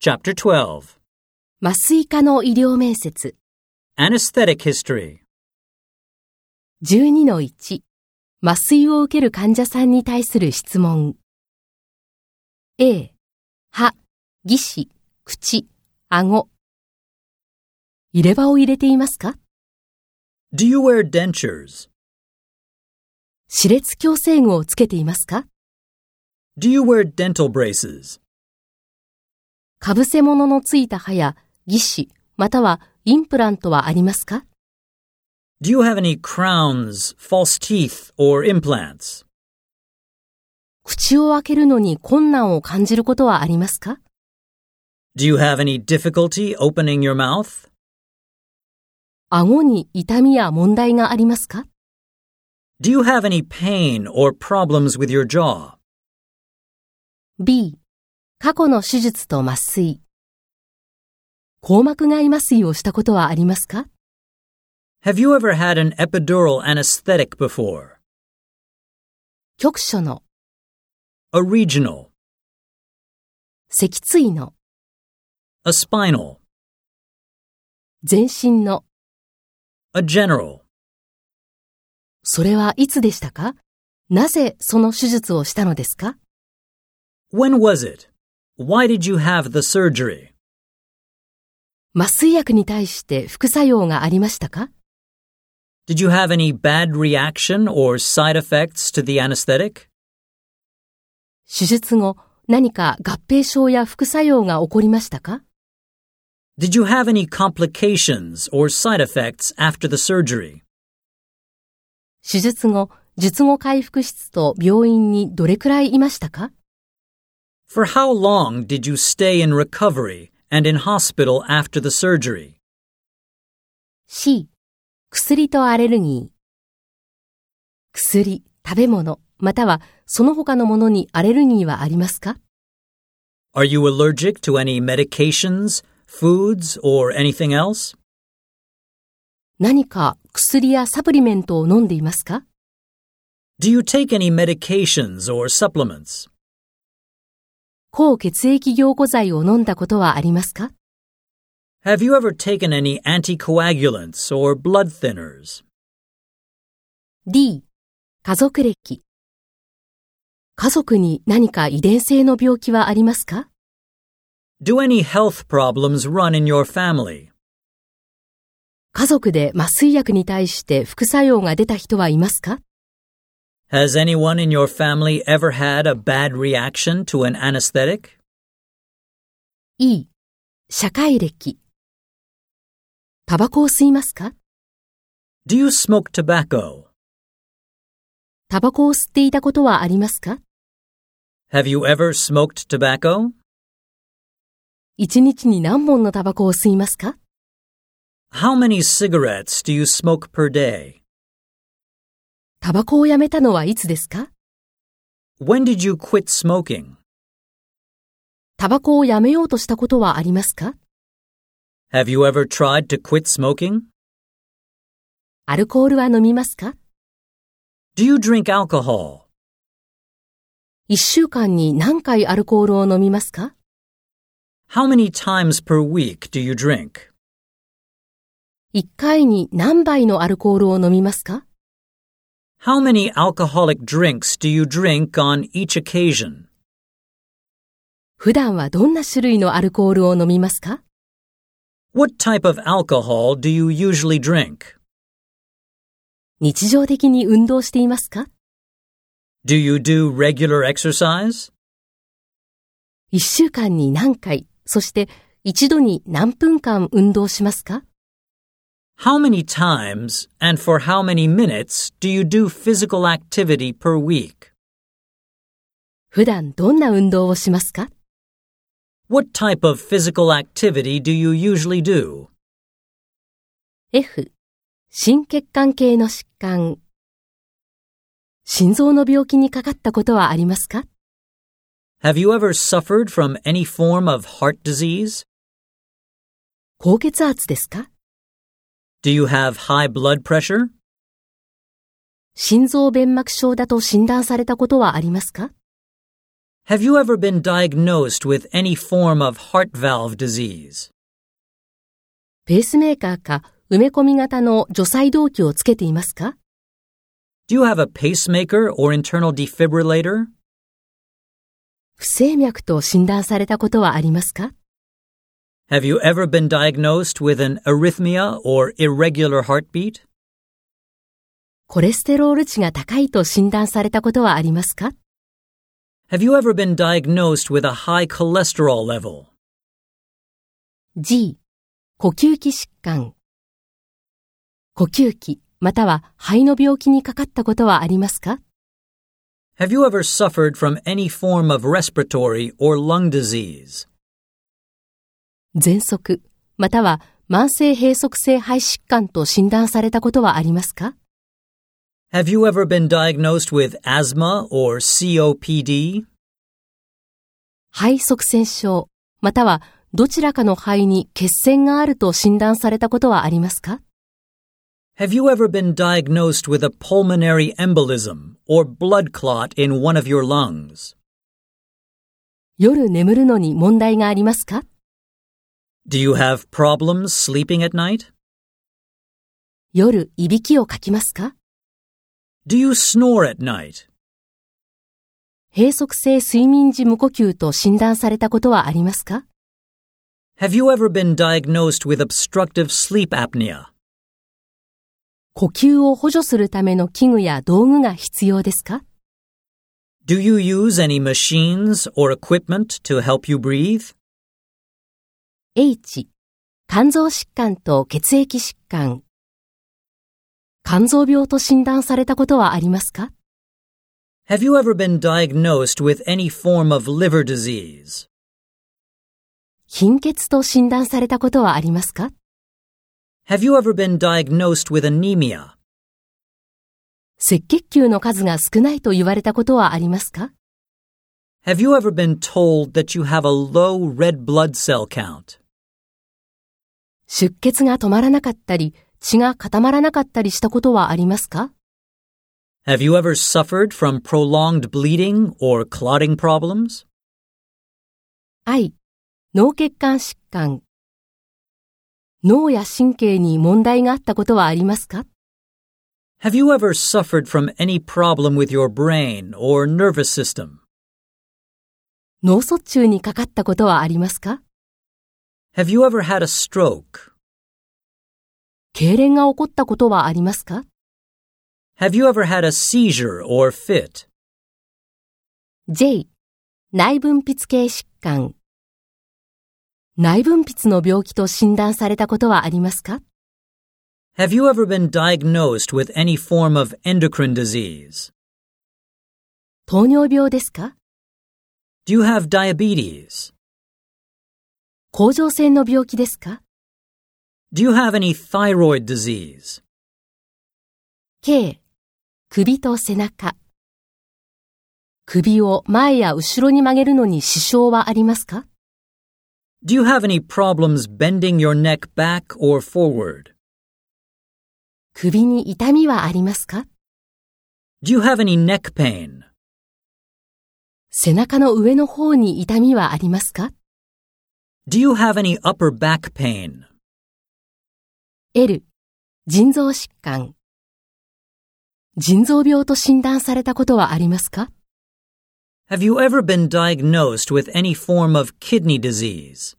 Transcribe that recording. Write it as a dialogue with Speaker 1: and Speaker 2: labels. Speaker 1: Chapter 12
Speaker 2: 麻酔科の医療面接
Speaker 1: Anesthetic History
Speaker 2: 12-1麻酔を受ける患者さんに対する質問 A 歯、義歯、口、顎入れ歯を入れていますか
Speaker 1: Do you wear dentures?
Speaker 2: 歯列矯正具をつけていますか
Speaker 1: Do you wear dental braces?
Speaker 2: かぶせ物のついた歯や義歯またはインプラントはありますか
Speaker 1: Do you have any crowns, false teeth, or implants?
Speaker 2: 口を開けるのに困難を感じることはありますか
Speaker 1: Do you have any difficulty opening your mouth?
Speaker 2: 顎に痛みや問題がありますか
Speaker 1: Do you have any pain or problems with your jaw?
Speaker 2: B、過去の手術と麻酔。硬膜外麻酔をしたことはありますか
Speaker 1: Have you ever had an epidural anesthetic before?
Speaker 2: 局所の、
Speaker 1: A regional,
Speaker 2: 脊椎の、
Speaker 1: a spinal,
Speaker 2: 全身の、
Speaker 1: a general.
Speaker 2: それはいつでしたかなぜその手術をしたのですか
Speaker 1: When was it? Why did you have the surgery?
Speaker 2: 麻酔薬に対して副作用がありましたか
Speaker 1: Did you have any bad reaction or side effects to the anesthetic?
Speaker 2: 手術後、何か合併症や副作用が起こりましたか
Speaker 1: Did you have any complications or side effects after the surgery?
Speaker 2: 手術後、術後回復室と病院にどれくらいいましたか
Speaker 1: For how long did you stay in recovery and in hospital after the surgery?
Speaker 2: C、薬とアレルギー。薬、食べ物、またはその他のものにアレルギーはありますか
Speaker 1: Are you allergic to any medications, foods, or anything else?
Speaker 2: 何か薬やサプリメントを飲んでいますか
Speaker 1: Do you take any medications or supplements?
Speaker 2: 抗血液凝固剤を飲んだことはありますか
Speaker 1: Have you ever taken any anticoagulants or blood thinners?
Speaker 2: ?D、家族歴。家族に何か遺伝性の病気はありますか
Speaker 1: Do any health problems run in your family?
Speaker 2: 家族で麻酔薬に対して副作用が出た人はいますか
Speaker 1: Has anyone in your family ever had a bad reaction to an anesthetic?
Speaker 2: E、社会歴。タバコを吸いますか
Speaker 1: Do you smoke tobacco?
Speaker 2: タバコを吸っていたことはありますか
Speaker 1: Have you ever smoked tobacco?
Speaker 2: 一日に何本のタバコを吸いますか
Speaker 1: How many cigarettes do you smoke per day?
Speaker 2: タバコをやめたのはいつですか
Speaker 1: When did you quit smoking?
Speaker 2: タバコをやめようとしたことはありますか
Speaker 1: Have you ever tried to quit smoking?
Speaker 2: アルコールは飲みますか
Speaker 1: Do you drink alcohol?
Speaker 2: 一週間に何回アルコールを飲みますか
Speaker 1: How many times per week do you drink?
Speaker 2: 一回に何杯のアルコールを飲みますか
Speaker 1: How many alcoholic drinks do you drink on each occasion?
Speaker 2: 普段はどんな種類のアルコールを飲みますか
Speaker 1: What type of alcohol do you usually drink?
Speaker 2: 日常的に運動していますか
Speaker 1: Do you do regular exercise?
Speaker 2: 一週間に何回、そして一度に何分間運動しますか
Speaker 1: How many times and for how many minutes do you do physical activity per week?
Speaker 2: 普段どんな運動をしますか
Speaker 1: What type of physical activity do you usually do?
Speaker 2: F、心血管系の疾患。心臓の病気にかかったことはありますか
Speaker 1: Have you ever suffered from any form of heart disease?
Speaker 2: 高血圧ですか
Speaker 1: Do you have high blood pressure?
Speaker 2: 心臓弁膜症だと診断されたことはありますか
Speaker 1: Have you ever been diagnosed with any form of heart valve disease?
Speaker 2: ペースメーカーか埋め込み型の除細動器をつけていますか
Speaker 1: Do you have a pacemaker or internal defibrillator?
Speaker 2: 不整脈と診断されたことはありますか
Speaker 1: Have you ever been diagnosed with an arrhythmia or irregular heartbeat?
Speaker 2: コレステロール値が高いと診断されたことはありますか
Speaker 1: Have you ever been diagnosed with a high cholesterol level?
Speaker 2: G、呼吸器疾患。呼吸器、または肺の病気にかかったことはありますか
Speaker 1: Have you ever suffered from any form of respiratory or lung disease?
Speaker 2: 喘息、または慢性閉塞性肺疾患と診断されたことはありますか
Speaker 1: Have you ever been diagnosed with asthma or COPD?
Speaker 2: 肺塞栓症、またはどちらかの肺に血栓があると診断されたことはありますか
Speaker 1: Have you ever been diagnosed with a pulmonary embolism or blood clot in one of your lungs?
Speaker 2: 夜眠るのに問題がありますか
Speaker 1: Do you have problems sleeping at night?
Speaker 2: 夜いびきをかきますか
Speaker 1: Do you snore at night?
Speaker 2: 閉塞性睡眠時無呼吸と診断されたことはありますか
Speaker 1: Have you ever been diagnosed with obstructive sleep apnea?
Speaker 2: 呼吸を補助するための器具や道具が必要ですか
Speaker 1: Do you use any machines or equipment to help you breathe?
Speaker 2: H、肝臓疾患と血液疾患。肝臓病と診断されたことはありますか
Speaker 1: Have you ever been diagnosed with any form of liver disease?
Speaker 2: 貧血と診断されたことはありますか
Speaker 1: Have you ever been diagnosed with anemia?
Speaker 2: 赤血球の数が少ないと言われたことはありますか
Speaker 1: Have you ever been told that you have a low red blood cell count?
Speaker 2: 出血が止まらなかったり、血が固まらなかったりしたことはありますか
Speaker 1: Have you ever suffered from prolonged bleeding or clotting problems?
Speaker 2: ?I、脳血管疾患。脳や神経に問題があったことはありますか
Speaker 1: Have you ever suffered from any problem with your brain or nervous system?
Speaker 2: 脳卒中にかかったことはありますか
Speaker 1: Have you ever had a stroke?
Speaker 2: 痙攣が起こったことはありますか
Speaker 1: Have you ever had a seizure or fit?
Speaker 2: ?J、内分泌系疾患。内分泌の病気と診断されたことはありますか
Speaker 1: Have you ever been diagnosed with any form of endocrine disease?
Speaker 2: 糖尿病ですか
Speaker 1: Do you have diabetes?
Speaker 2: 甲状腺の病気ですか
Speaker 1: Do you have any thyroid disease?
Speaker 2: K、首と背中。首を前や後ろに曲げるのに支障はありますか
Speaker 1: Do you have any problems bending your neck back or forward?
Speaker 2: 首に痛みはありますか
Speaker 1: Do you have any neck pain?
Speaker 2: 背中の上の方に痛みはありますか
Speaker 1: Do you have any upper back pain?
Speaker 2: ?L、腎臓疾患。腎臓病と診断されたことはありますか
Speaker 1: Have you ever been diagnosed with any form of kidney disease?